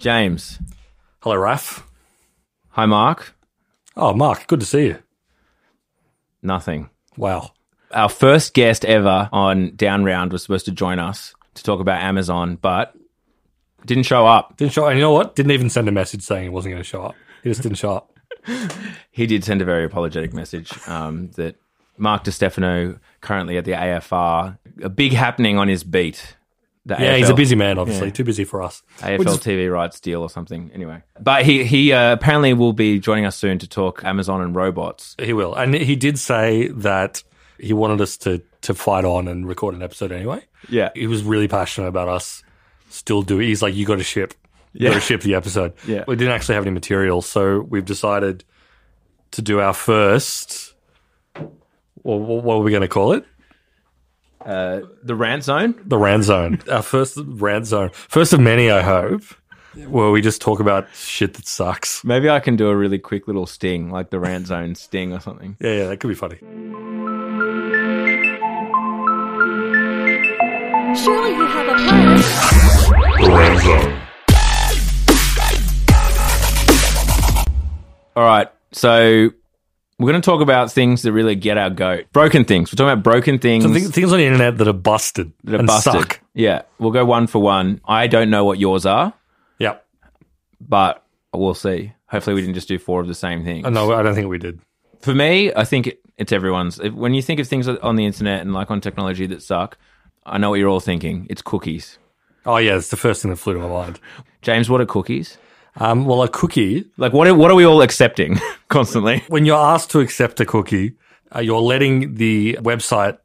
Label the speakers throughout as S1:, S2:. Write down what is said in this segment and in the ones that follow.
S1: James.
S2: Hello, Raf.
S1: Hi, Mark.
S2: Oh, Mark, good to see you.
S1: Nothing.
S2: Wow.
S1: Our first guest ever on Down Round was supposed to join us to talk about Amazon, but didn't show up.
S2: Didn't show And you know what? Didn't even send a message saying he wasn't going to show up. He just didn't show up.
S1: He did send a very apologetic message um, that Mark DiStefano, currently at the AFR, a big happening on his beat. The
S2: Yeah, he's
S1: AFL
S2: a busy man, obviously. Too busy for us.
S1: AFL TV rights deal or something. Anyway, but he he uh, apparently will be joining us soon to talk Amazon and robots.
S2: He will. And he did say that he wanted us to, to fight on and record an episode anyway.
S1: Yeah,
S2: He was really passionate about us still doing He's like, you got to ship. You got
S1: Yeah.
S2: to ship the episode.
S1: Yeah.
S2: We didn't actually have any material. So we've decided to do our first. Well, what are we going to call it?
S1: uh, the rant zone.
S2: the rant zone. Our first rant zone. First of many, I hope. Where we just talk about shit that sucks.
S1: Maybe I can do a really quick little sting, like the rant zone sting or something.
S2: Yeah, yeah, that could be funny.
S3: Surely you have a plan.
S1: All right. So we're going to talk about things that really get our goat. Broken things. We're talking about broken things
S2: So th- things on the internet that are busted
S1: that are
S2: and
S1: busted.
S2: suck.
S1: Yeah. We'll go one for one. I don't know what yours are,
S2: Yeah,
S1: but we'll see. Hopefully, we didn't just do four of the same things.
S2: no, I don't think we did.
S1: For me, I think it- it's everyone's. If- When you think of things on the internet and like on technology that suck, I know what you're all thinking. It's cookies.
S2: Oh yeah, it's the first thing that flew to my mind.
S1: James, what are cookies?
S2: Um, well, a cookie.
S1: Like, what are, what are we all accepting constantly?
S2: When you're asked to accept a cookie, uh, you're letting the website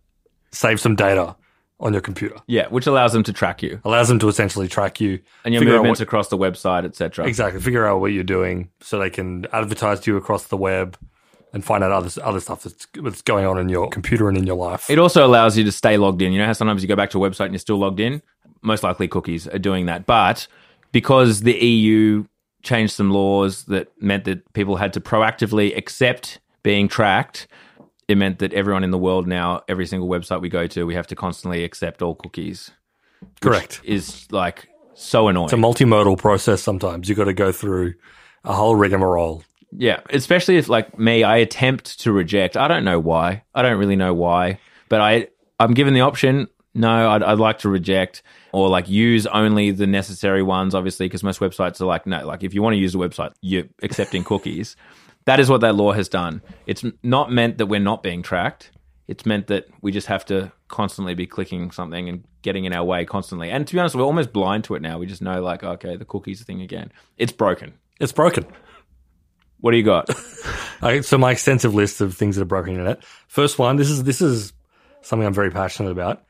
S2: save some data on your computer.
S1: Yeah, which allows them to track you
S2: Allows them to essentially track you
S1: and your
S2: figure out
S1: movements
S2: what-
S1: across the website, etc.
S2: Exactly. Figure out what you're doing so they can advertise to you across the web and find out other other stuff that's, that's going on in your computer and in your life.
S1: It also allows you to stay logged in. You know how sometimes you go back to a website and you're still logged in? Most likely cookies are doing that. But because the EU changed some laws that meant that people had to proactively accept being tracked, it meant that everyone in the world now, every single website we go to, we have to constantly accept all cookies.
S2: Correct.
S1: Is like so annoying.
S2: It's a multimodal process sometimes. You've got to go through a whole rigmarole.
S1: yeah. Especially if like me, I attempt to reject. I don't know why. I don't really know why. But I I'm given the option, no, I'd, I'd like to reject or like use only the necessary ones, obviously, because most websites are like, no, like if you want to use a website, you're accepting cookies. That is what that law has done. It's m- not meant that we're not being tracked. It's meant that we just have to constantly be clicking something and getting in our way constantly. And to be honest, we're almost blind to it now. We just know, like, okay, the cookies thing again. It's broken.
S2: It's broken.
S1: What do you got?
S2: Okay, so my extensive list of things that are broken internet. First one, this is this is something I'm very passionate about.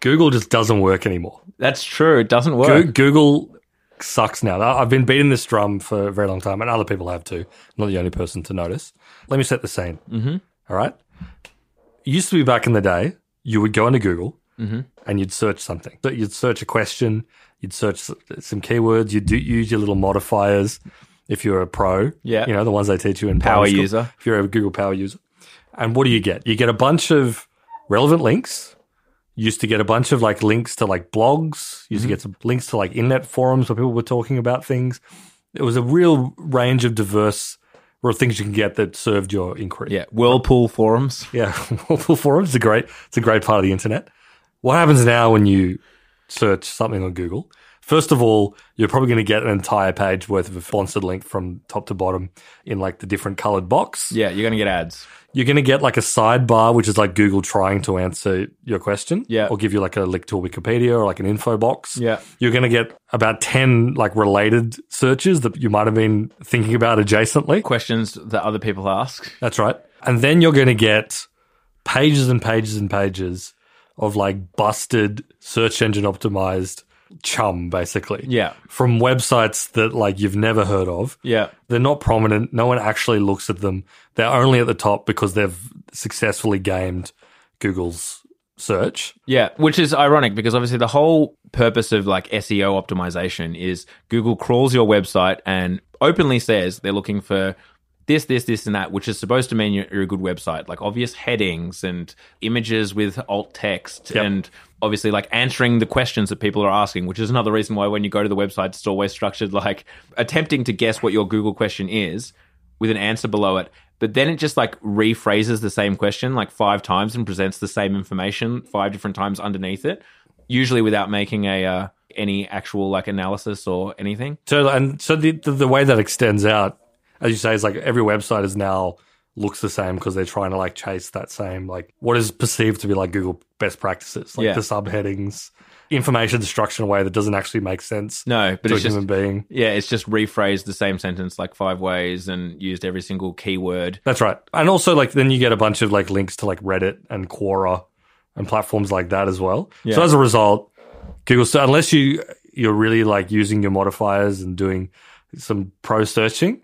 S2: Google just doesn't work anymore.
S1: That's true. It doesn't
S2: Go-
S1: work.
S2: Google sucks now. I- I've been beating this drum for a very long time, and other people have too. I'm not the only person to notice. Let me set the scene. Mm-hmm. right. It used to be back in the day, you would go into Google
S1: Mm-hmm.
S2: and you'd search something. So you'd search a question, you'd search s- some keywords, you'd do, use your little modifiers if you're a pro.
S1: Yeah.
S2: You know, the ones they teach you in
S1: Power
S2: primary school,
S1: user.
S2: If you're a Google Power user. And what do you get? You get a bunch of relevant links used to get a bunch of like links to like blogs, used to get some links to like internet forums where people were talking about things. It was a real range of diverse or things you can get that served your inquiry.
S1: yeah, whirlpool forums.
S2: Yeah. Whirlpool forums is a great it's a great part of the internet. What happens now when you search something on Google? First of all, you're probably going to get an entire page worth of a sponsored link from top to bottom in like the different colored box
S1: Yeah, you're gonna get ads.
S2: you're going to get like a sidebar, which is like Google trying to answer your question.
S1: Yeah.
S2: Or give you like a link to a Wikipedia or like an info box.
S1: Yeah.
S2: You're going to get about 10 like related searches that you might have been thinking about adjacently.
S1: Questions that other people ask.
S2: That's right. And then you're going to get pages and pages and pages of like busted search engine optimized chum, basically.
S1: Yeah.
S2: From websites that like you've never heard of.
S1: Yeah.
S2: They're not prominent. No one actually looks at them. They're only at the top because they've successfully gamed Google's search.
S1: Yeah, which is ironic because obviously the whole purpose of like E SEO optimization is Google crawls your website and openly says they're looking for this, this, this, and that, which is supposed to mean you're, you're a good website, like obvious headings and images with alt text
S2: Yep.
S1: and obviously like answering the questions that people are asking, which is another reason why when you go to the website, it's always structured like attempting to guess what your Google question is with an answer below it. But then it just like rephrases the same question like five times and presents the same information five different times underneath it, usually without making a uh, any actual like analysis or anything.
S2: So and so the, the the way that extends out, as you say, is like every website is now looks the same because they're trying to like chase that same like what is perceived to be like Google best practices, like
S1: Yeah.
S2: the subheadings, information structure in a way that doesn't actually make sense
S1: No, but
S2: to a
S1: it's just
S2: human being.
S1: yeah, it's just rephrased the same sentence like five ways and used every single keyword.
S2: That's right. And also like then you get a bunch of like links to like Reddit and Quora and platforms like that as well. So
S1: Yeah.
S2: as a result, Google so unless you you're really like using your modifiers and doing some pro searching,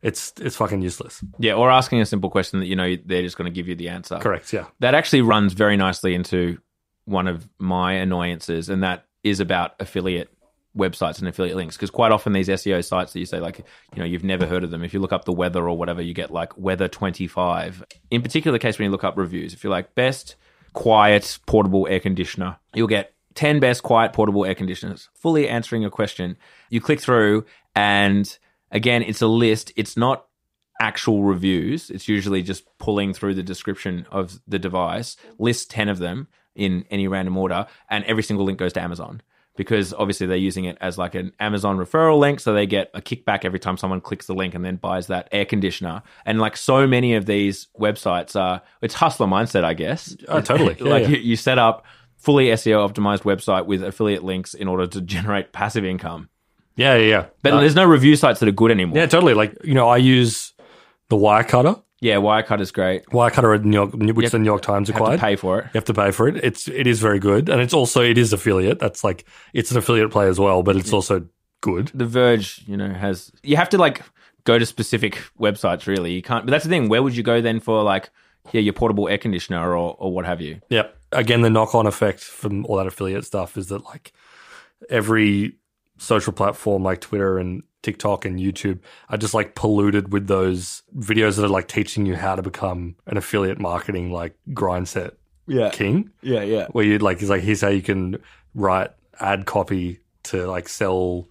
S2: it's it's fucking useless.
S1: Yeah, or asking a simple question that you know they're just going to give you the answer.
S2: Correct, yeah.
S1: That actually runs very nicely into one of my annoyances, and that is about affiliate websites and affiliate links. Because quite often these SEO sites that you say, like, you know, you've never heard of them. If you look up the weather or whatever, you get like weather 25. In particular case, when you look up reviews, if you're like best quiet portable air conditioner, you'll get 10 best quiet portable air conditioners, fully answering your question. You click through, and again, it's a list. It's not actual reviews. It's usually just pulling through the description of the device, lists 10 of them in any random order, and every single link goes to Amazon because obviously they're using it as like an Amazon referral link. So they get a kickback every time someone clicks the link and then buys that air conditioner. And like so many of these websites are, it's hustler mindset, I guess.
S2: Oh, totally. Yeah,
S1: like
S2: yeah.
S1: You, you set up fully SEO optimized website with affiliate links in order to generate passive income.
S2: Yeah, yeah, yeah.
S1: But there's no review sites that are good anymore.
S2: Uh, Yeah, totally. Like, you know, I use the Wirecutter.
S1: Yeah, Wirecut is great.
S2: Wirecutter at New York, which the New York Times
S1: You have
S2: acquired.
S1: to pay for it.
S2: You have to pay for it. It's it is very good, and it's also it is affiliate. That's like it's an affiliate play as well, but it's also good.
S1: The Verge, you know, has you have to like go to specific websites really. You can't. But that's the thing. Where would you go then for like yeah your portable air conditioner or or what have you?
S2: Yeah. Again, the knock on effect from all that affiliate stuff is that like every social platform like Twitter and TikTok and YouTube are just like polluted with those videos that are like teaching you how to become an affiliate marketing like grind set
S1: Yeah,
S2: king.
S1: yeah, yeah.
S2: where you like it's like here's how you can write ad copy to like sell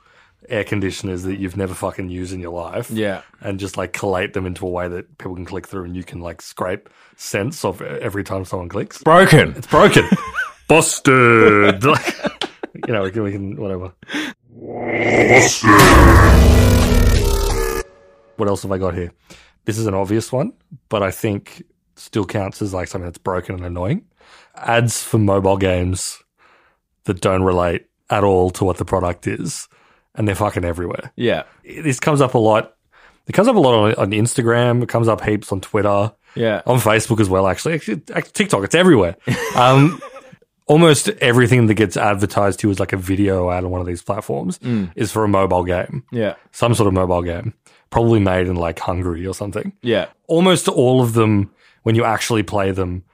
S2: air conditioners that you've never fucking used in your life
S1: Yeah,
S2: and just like collate them into a way that people can click through and you can like scrape sense of every time someone clicks
S1: broken.
S2: it's broken busted like you know we can, we can whatever what else have i got here this is an obvious one but i think still counts as like something that's broken and annoying ads for mobile games that don't relate at all to what the product is and they're fucking everywhere
S1: Yeah,
S2: this comes up a lot. It comes up a lot on, on Instagram. It comes up heaps on Twitter,
S1: yeah,
S2: on Facebook as well. Actually, actually, actually TikTok. It's everywhere. Um, almost everything that gets advertised to you as like a video ad on one of these platforms is for a mobile game,
S1: yeah,
S2: some sort of mobile game, probably made in like Hungary or something.
S1: yeah.
S2: Almost all of them, when you actually play them,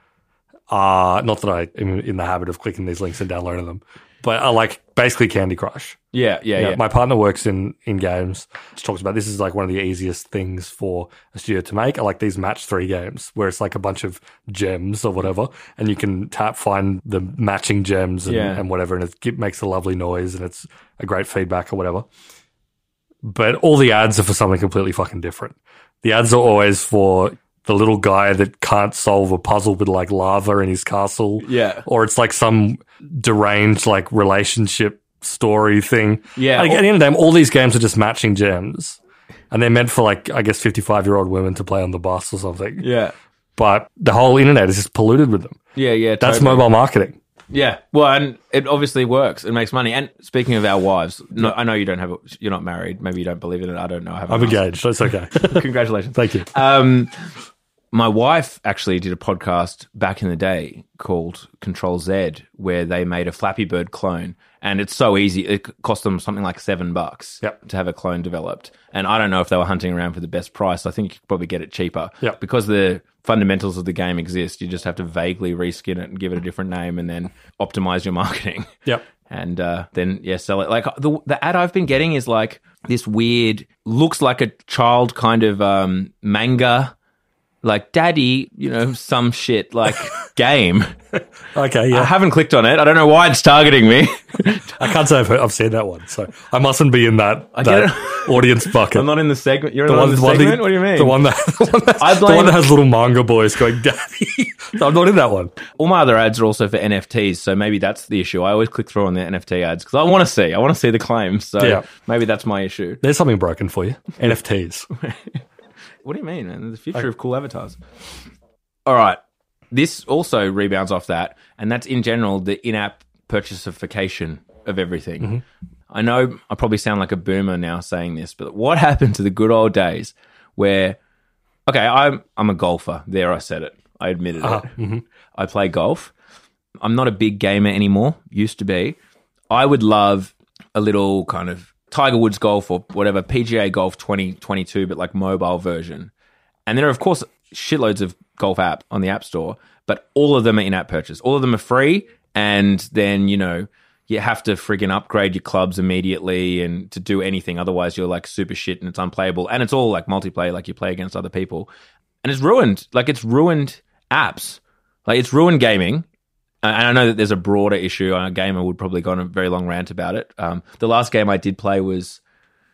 S2: are not that I am in the habit of clicking these links and downloading them, but are like basically Candy Crush.
S1: Yeah, yeah,
S2: Yeah,
S1: yeah,
S2: My partner works in in games. She talks about this is like one of the easiest things for a studio to make. I like these match three games where it's like a bunch of gems or whatever, and you can tap find the matching gems and,
S1: Yeah.
S2: and whatever, and it's- it makes a lovely noise and it's a great feedback or whatever. But all the ads are for something completely fucking different. The ads are always for the little guy that can't solve a puzzle with like lava in his castle
S1: yeah,
S2: or it's like some deranged like relationship story thing.
S1: Yeah.
S2: Like, at the end of the day, all these games are just matching gems. And they're meant for like, I guess, 55 year old women to play on the bus or something.
S1: yeah,
S2: But the whole internet is just polluted with them.
S1: yeah, yeah.
S2: That's
S1: totally.
S2: mobile marketing.
S1: Yeah, well, and it obviously works. It makes money. And speaking of our wives, no, I know you don't have. A, you're not married. Maybe you don't believe in it. I don't know. I haven't
S2: I'm
S1: asked.
S2: engaged. That's okay.
S1: Uh, Congratulations.
S2: Thank you.
S1: um, my wife actually did a podcast back in the day called Control Z, where they made a Flappy Bird clone, and it's so easy. It c- cost them something like seven bucks
S2: Yep.
S1: to have a clone developed. And I don't know if they were hunting around for the best price. I think you could probably get it cheaper
S2: Yep.
S1: because the fundamentals of the game exist. You just have to vaguely reskin it and give it a different name, and then optimize your marketing
S2: Yep.
S1: and uh, then yeah, sell it. Like the the ad I've been getting is like this weird, looks like a child kind of um, manga, like daddy, you know, some shit like game.
S2: Okay.
S1: I
S2: Yeah.
S1: haven't clicked on it. I don't know why it's targeting me.
S2: I can't say I've, heard, I've seen that one, so I mustn't be in that,
S1: get
S2: that audience bucket.
S1: I'm not in the segment. You're not in the
S2: that-
S1: segment. what do you mean?
S2: The one that, the one that,
S1: I
S2: the one
S1: blame-
S2: that has little manga boys going, Daddy. I'm not in that one.
S1: All my other ads are also for NFTs, so maybe that's the issue. I always click through on the NFT ads because I want to see. I want to see the claims. So
S2: Yeah.
S1: maybe that's my issue.
S2: There's something broken for you. NFTs.
S1: What do you mean, man? The future of cool avatars. All right. This also rebounds off that, and that's in general the in app purchasification of everything. I know I probably sound like a boomer now saying this, but what happened to the good old days where, okay, I'm, I'm a golfer. There, I said it. I admitted it. I play golf. I'm not a big gamer anymore, used to be. I would love a little kind of Tiger Woods golf or whatever PGA golf 2022, but like mobile version. And there are, of course, shitloads of golf app on the App Store, but all of them are in app purchase. All of them are free. And then, you know, you have to friggin' upgrade your clubs immediately and to do anything. Otherwise, you're like super shit and it's unplayable. And it's all like multiplayer, like you play against other people. And it's ruined. Like, it's ruined apps. Like, it's ruined gaming. And I know that there's a broader issue. A gamer would probably go on a very long rant about it. Um, the last game I did play was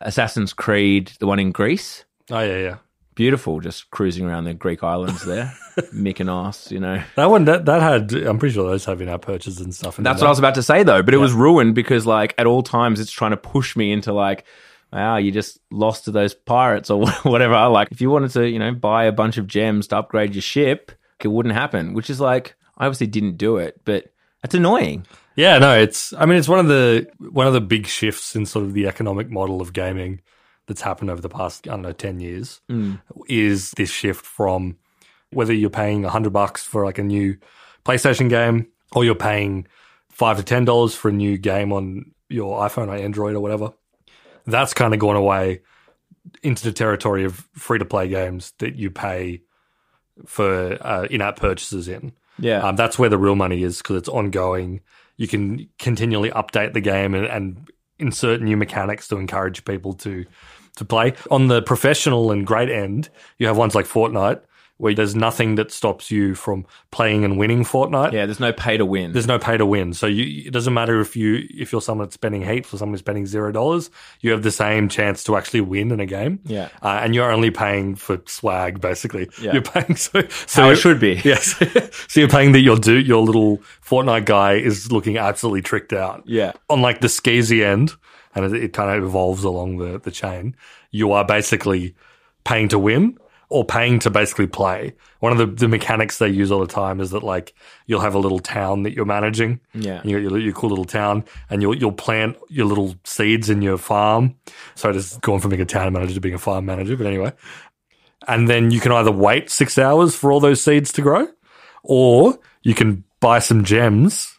S1: Assassin's Creed, the one in Greece
S2: Oh, yeah, yeah.
S1: beautiful just cruising around the Greek islands there, Mykonos, you know.
S2: That one, that, that had, I'm pretty sure those have in our purchases and stuff. in
S1: That's
S2: there.
S1: what I was about to say though, but it was ruined because like at all times it's trying to push me into like wow, you just lost to those pirates or whatever. Like if you wanted to, you know, buy a bunch of gems to upgrade your ship, it wouldn't happen, which is like I obviously didn't do it, but that's annoying.
S2: Yeah, no, it's. I mean, it's one of the one of the big shifts in sort of the economic model of gaming that's happened over the past I don't know ten years
S1: Mm.
S2: is this shift from whether you're paying hundred bucks for like a new PlayStation game or you're paying five to ten dollars for a new game on your iPhone or Android or whatever. That's kind of gone away into the territory of free to play games that you pay for uh, in-app purchases in.
S1: Yeah.
S2: Um, that's where the real money is because it's ongoing. You can continually update the game and, and insert new mechanics to encourage people to to play. On the professional and great end, you have ones like Fortnite where there's nothing that stops you from playing and winning Fortnite.
S1: yeah, there's no pay to win.
S2: There's no pay to win, so you, it doesn't matter if you if you're someone that's spending heaps or someone who's spending zero dollars. You have the same chance to actually win in a game.
S1: Yeah.
S2: uh, and you're only paying for swag, basically.
S1: Yeah.
S2: You're paying so so
S1: How it should be.
S2: Yes. so you're paying that your do your little Fortnite guy is looking absolutely tricked out.
S1: Yeah.
S2: On like the skeezy end, and it, it kind of evolves along the, the chain. You are basically paying to win or paying to basically play. One of the, the mechanics they use all the time is that like you'll have a little town that you're managing.
S1: Yeah.
S2: You got your, your cool little town, and you'll you'll plant your little seeds in your farm. So it has gone from being a town manager to being a farm manager. But anyway, and then you can either wait six hours for all those seeds to grow, or you can buy some gems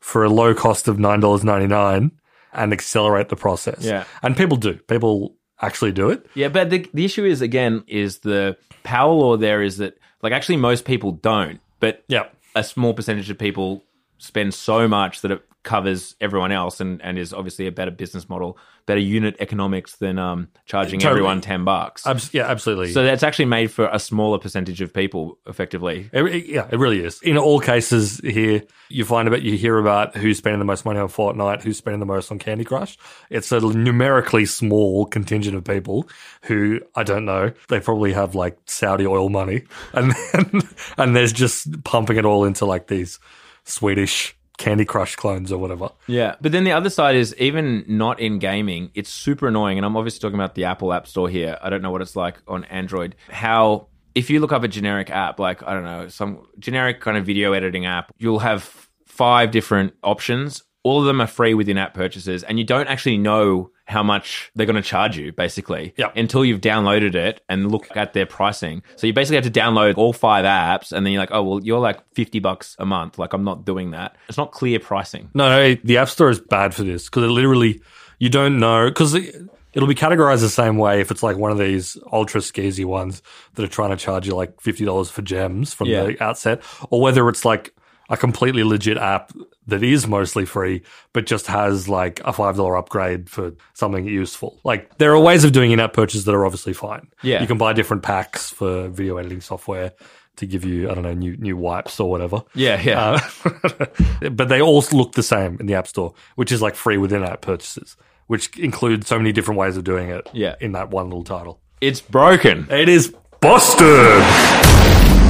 S2: for a low cost of nine dollars ninety nine and accelerate the process.
S1: Yeah.
S2: and people do. People actually do it.
S1: Yeah, but the, the issue is again is the power law there is that like actually most people don't, but
S2: Yeah.
S1: a small percentage of people spend so much that it covers everyone else and, and is obviously a better business model, better unit economics than um, charging
S2: Totally.
S1: everyone 10 bucks.
S2: Abs- yeah, absolutely.
S1: so that's actually made for a smaller percentage of people effectively.
S2: It, it- yeah, it really is. In all cases here, you find about you hear about who's spending the most money on Fortnite, who's spending the most on Candy Crush. It's a numerically small contingent of people who I don't know. They probably have like Saudi oil money, and then, and there's just pumping it all into like these Swedish Candy Crush clones or whatever.
S1: Yeah. But then the other side is even not in gaming, it's super annoying. And I'm obviously talking about the Apple App Store here. I don't know what it's like on Android. How, if you look up a generic app, like, I don't know, some generic kind of video editing app, you'll have five different options. All of them are free within app purchases, and you don't actually know how much they're going to charge you, basically,
S2: Yep.
S1: until you've downloaded it and look at their pricing. So you basically have to download all five apps, and then you're like, oh, well, you're like 50 bucks a month. Like, I'm not doing that. It's not clear pricing.
S2: No, no, it- the App Store is bad for this because it literally, you don't know, because it'll be categorized the same way if it's like one of these ultra skeezy ones that are trying to charge you like $50 for gems from
S1: Yeah.
S2: the outset, or whether it's like a completely legit app that is mostly free, but just has like a $5 upgrade for something useful. Like there are ways of doing in app purchases that are obviously fine.
S1: Yeah.
S2: You can buy different packs for video editing software to give you, I don't know, new, new wipes or whatever.
S1: Yeah, yeah.
S2: Uh, but they all look the same in the App Store, which is like free within app purchases, which includes so many different ways of doing it
S1: Yeah.
S2: in that one little title.
S1: it's broken.
S2: It is Boston!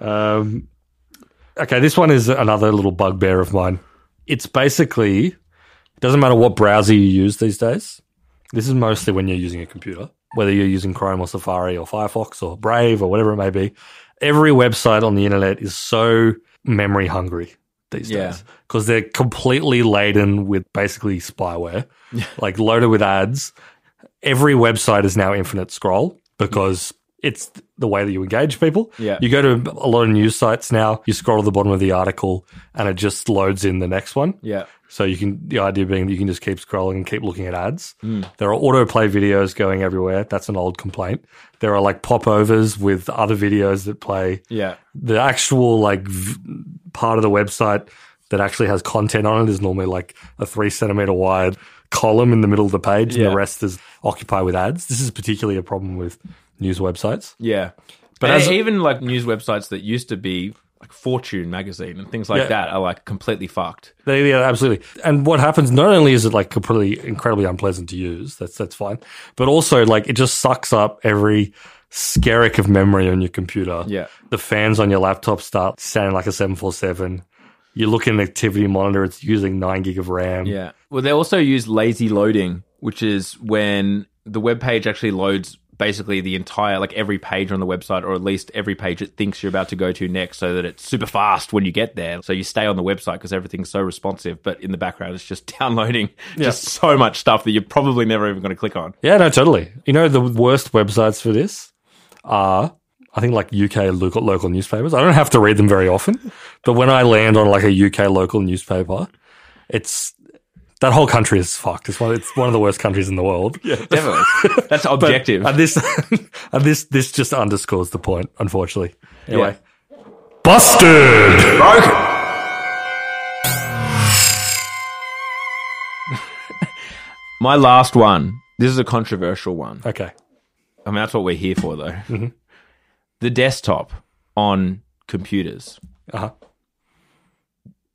S2: um, okay, this one is another little bugbear of mine. It's basically, it doesn't matter what browser you use these days. This is mostly when you're using a computer, whether you're using Chrome or Safari or Firefox or Brave or whatever it may be. Every website on the internet is so memory hungry these
S1: Yeah.
S2: days because they're completely laden with basically spyware, like loaded with ads. Every website is now infinite scroll because it's the way that you engage people.
S1: Yeah.
S2: You go to a lot of news sites now, you scroll to the bottom of the article and it just loads in the next one.
S1: Yeah.
S2: So you can the idea being that you can just keep scrolling and keep looking at ads. There are autoplay videos going everywhere. That's an old complaint. There are like popovers with other videos that play.
S1: Yeah.
S2: The actual like v- part of the website that actually has content on it is normally like a three centimeter wide column in the middle of the page, and
S1: Yeah.
S2: the rest is occupied with ads. This is particularly a problem with news websites.
S1: Yeah.
S2: But
S1: But
S2: as-
S1: even like news websites that used to be like Fortune magazine and things like
S2: Yeah.
S1: that are like completely fucked.
S2: They, yeah, absolutely. And what happens? Not only is it like completely incredibly unpleasant to use, that's that's fine, but also like it just sucks up every skerrick of memory on your computer.
S1: Yeah.
S2: the fans on your laptop start sounding like a seven four seven. You look in an activity monitor; it's using nine gig of RAM.
S1: Yeah. Well, they also use lazy loading, which is when the web page actually loads basically the entire, like every page on the website, or at least every page it thinks you're about to go to next, so that it's super fast when you get there. So you stay on the website because everything's so responsive, but in the background, it's just downloading just so much stuff that you're probably never even going to click on.
S2: Yeah, no, totally. You know, the worst websites for this are, I think, like UK local, local newspapers. I don't have to read them very often, but when I land on like a UK local newspaper, it's that whole country is fucked. It's one, it's one of the worst countries in the world. Yeah,
S1: Definitely. That's objective.
S2: And this, and this, this just underscores the point, unfortunately. Anyway,
S1: Yeah.
S2: busted.
S1: My last one. This is a controversial one.
S2: Okay,
S1: I mean, that's what we're here for, though.
S2: Mm-hmm.
S1: The desktop on computers.
S2: uh-huh.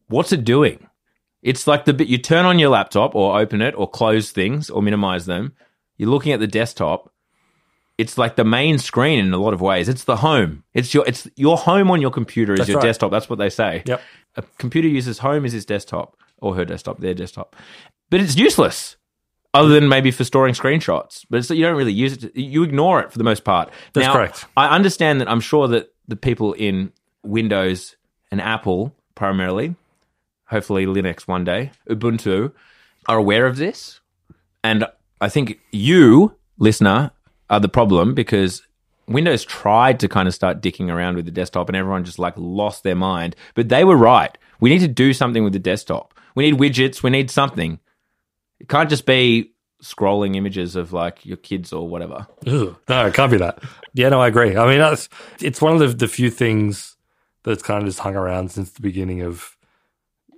S1: What's it doing? It's like the bit you turn on your laptop or open it or close things or minimize them. You're looking at the desktop. It's like the main screen in a lot of ways. It's the home. It's your it's your home on your computer is
S2: That's
S1: your
S2: right.
S1: desktop. That's what they say.
S2: Yep.
S1: A computer user's home is his desktop or her desktop, their desktop. But it's useless other than maybe for storing screenshots. But it's, you don't really use it. to- you ignore it for the most part.
S2: That's
S1: Now,
S2: correct.
S1: I understand that I'm sure that the people in Windows and Apple primarily, hopefully Linux one day, Ubuntu, are aware of this. And I think you, listener, are the problem because Windows tried to kind of start dicking around with the desktop and everyone just like lost their mind. But they were right. We need to do something with the desktop. We need widgets. We need something. It can't just be scrolling images of like your kids or whatever.
S2: Ugh. No, it can't be that. Yeah, no, I agree. I mean, that's, it's one of the, the few things that's kind of just hung around since the beginning of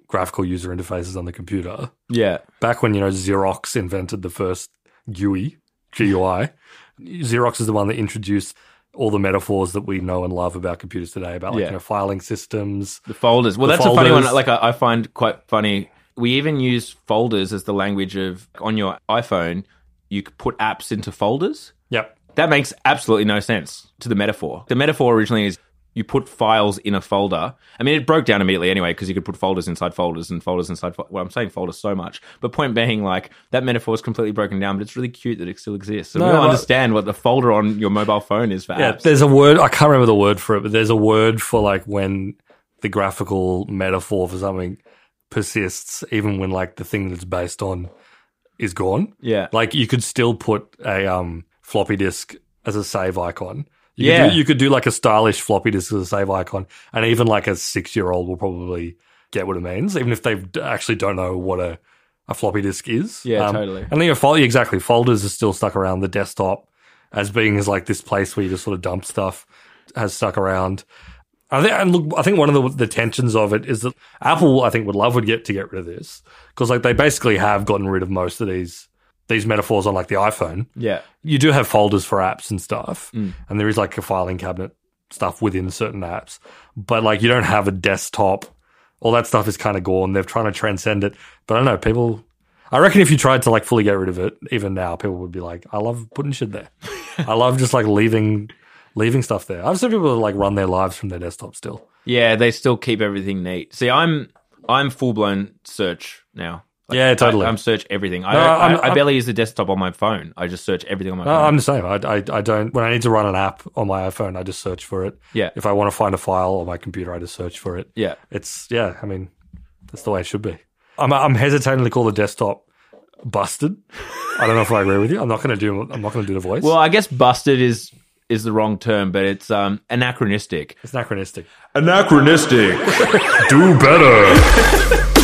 S2: graphical user interfaces on the computer.
S1: Yeah.
S2: Back when, you know, Xerox invented the first GUI, GUI, Xerox is the one that introduced all the metaphors that we know and love about computers today about, like,
S1: Yeah.
S2: you know, filing systems.
S1: The folders. Well,
S2: The
S1: that's a funny
S2: folders.
S1: one. Like I, I find quite funny. We even use folders as the language of on your iPhone. You could put apps into folders.
S2: Yep.
S1: That makes absolutely no sense to the metaphor. The metaphor originally is you put files in a folder. I mean, it broke down immediately anyway because you could put folders inside folders and folders inside. Fo- well, I'm saying folders so much, but point being, like that metaphor is completely broken down. But it's really cute that it still exists. So
S2: No,
S1: we don't
S2: but-
S1: understand what the folder on your mobile phone is for
S2: Yeah,
S1: apps.
S2: there's a word I can't remember the word for it, but there's a word for like when the graphical metaphor for something persists even when like the thing that it's based on is gone.
S1: Yeah.
S2: Like you could still put a um, floppy disk as a save icon. You
S1: Yeah.
S2: Could do, you could do like a stylish floppy disk as a save icon. And even like a six year old will probably get what it means, even if they d- actually don't know what a, a floppy disk is. Um,
S1: Yeah, totally.
S2: And then your folder, exactly. Folders are still stuck around the desktop as being as like this place where you just sort of dump stuff has stuck around. I think, and look, I think one of the, the tensions of it is that Apple, I think, would love would get to get rid of this because, like, they basically have gotten rid of most of these these metaphors on like the iPhone.
S1: yeah.
S2: You do have folders for apps and stuff, and there is like a filing cabinet stuff within certain apps, but like you don't have a desktop. All that stuff is kind of gone. They're trying to transcend it, but I don't know. People, I reckon if you tried to like fully get rid of it, even now, people would be like, "I love putting shit there. I love just like leaving." Leaving stuff there. I've seen people that like run their lives from their desktop still.
S1: Yeah, they still keep everything neat. See, I'm I'm full blown search now.
S2: Yeah, totally.
S1: I, am search everything. I,
S2: No,
S1: I,
S2: I'm-
S1: I
S2: I'm-
S1: barely use the desktop on my phone. I just search everything on my
S2: No,
S1: phone.
S2: I'm the same. I, I, I don't. When I need to run an app on my iPhone, I just search for it.
S1: Yeah.
S2: If I want to find a file on my computer, I just search for it.
S1: yeah,
S2: It's yeah. I mean, that's the way it should be. I'm I'm hesitating to call the desktop busted. I don't know if I agree with you. I'm not going to do. I'm not going to do the voice.
S1: Well, I guess busted is is the wrong term, but it's um anachronistic.
S2: it's anachronistic.
S4: Anachronistic. Do better.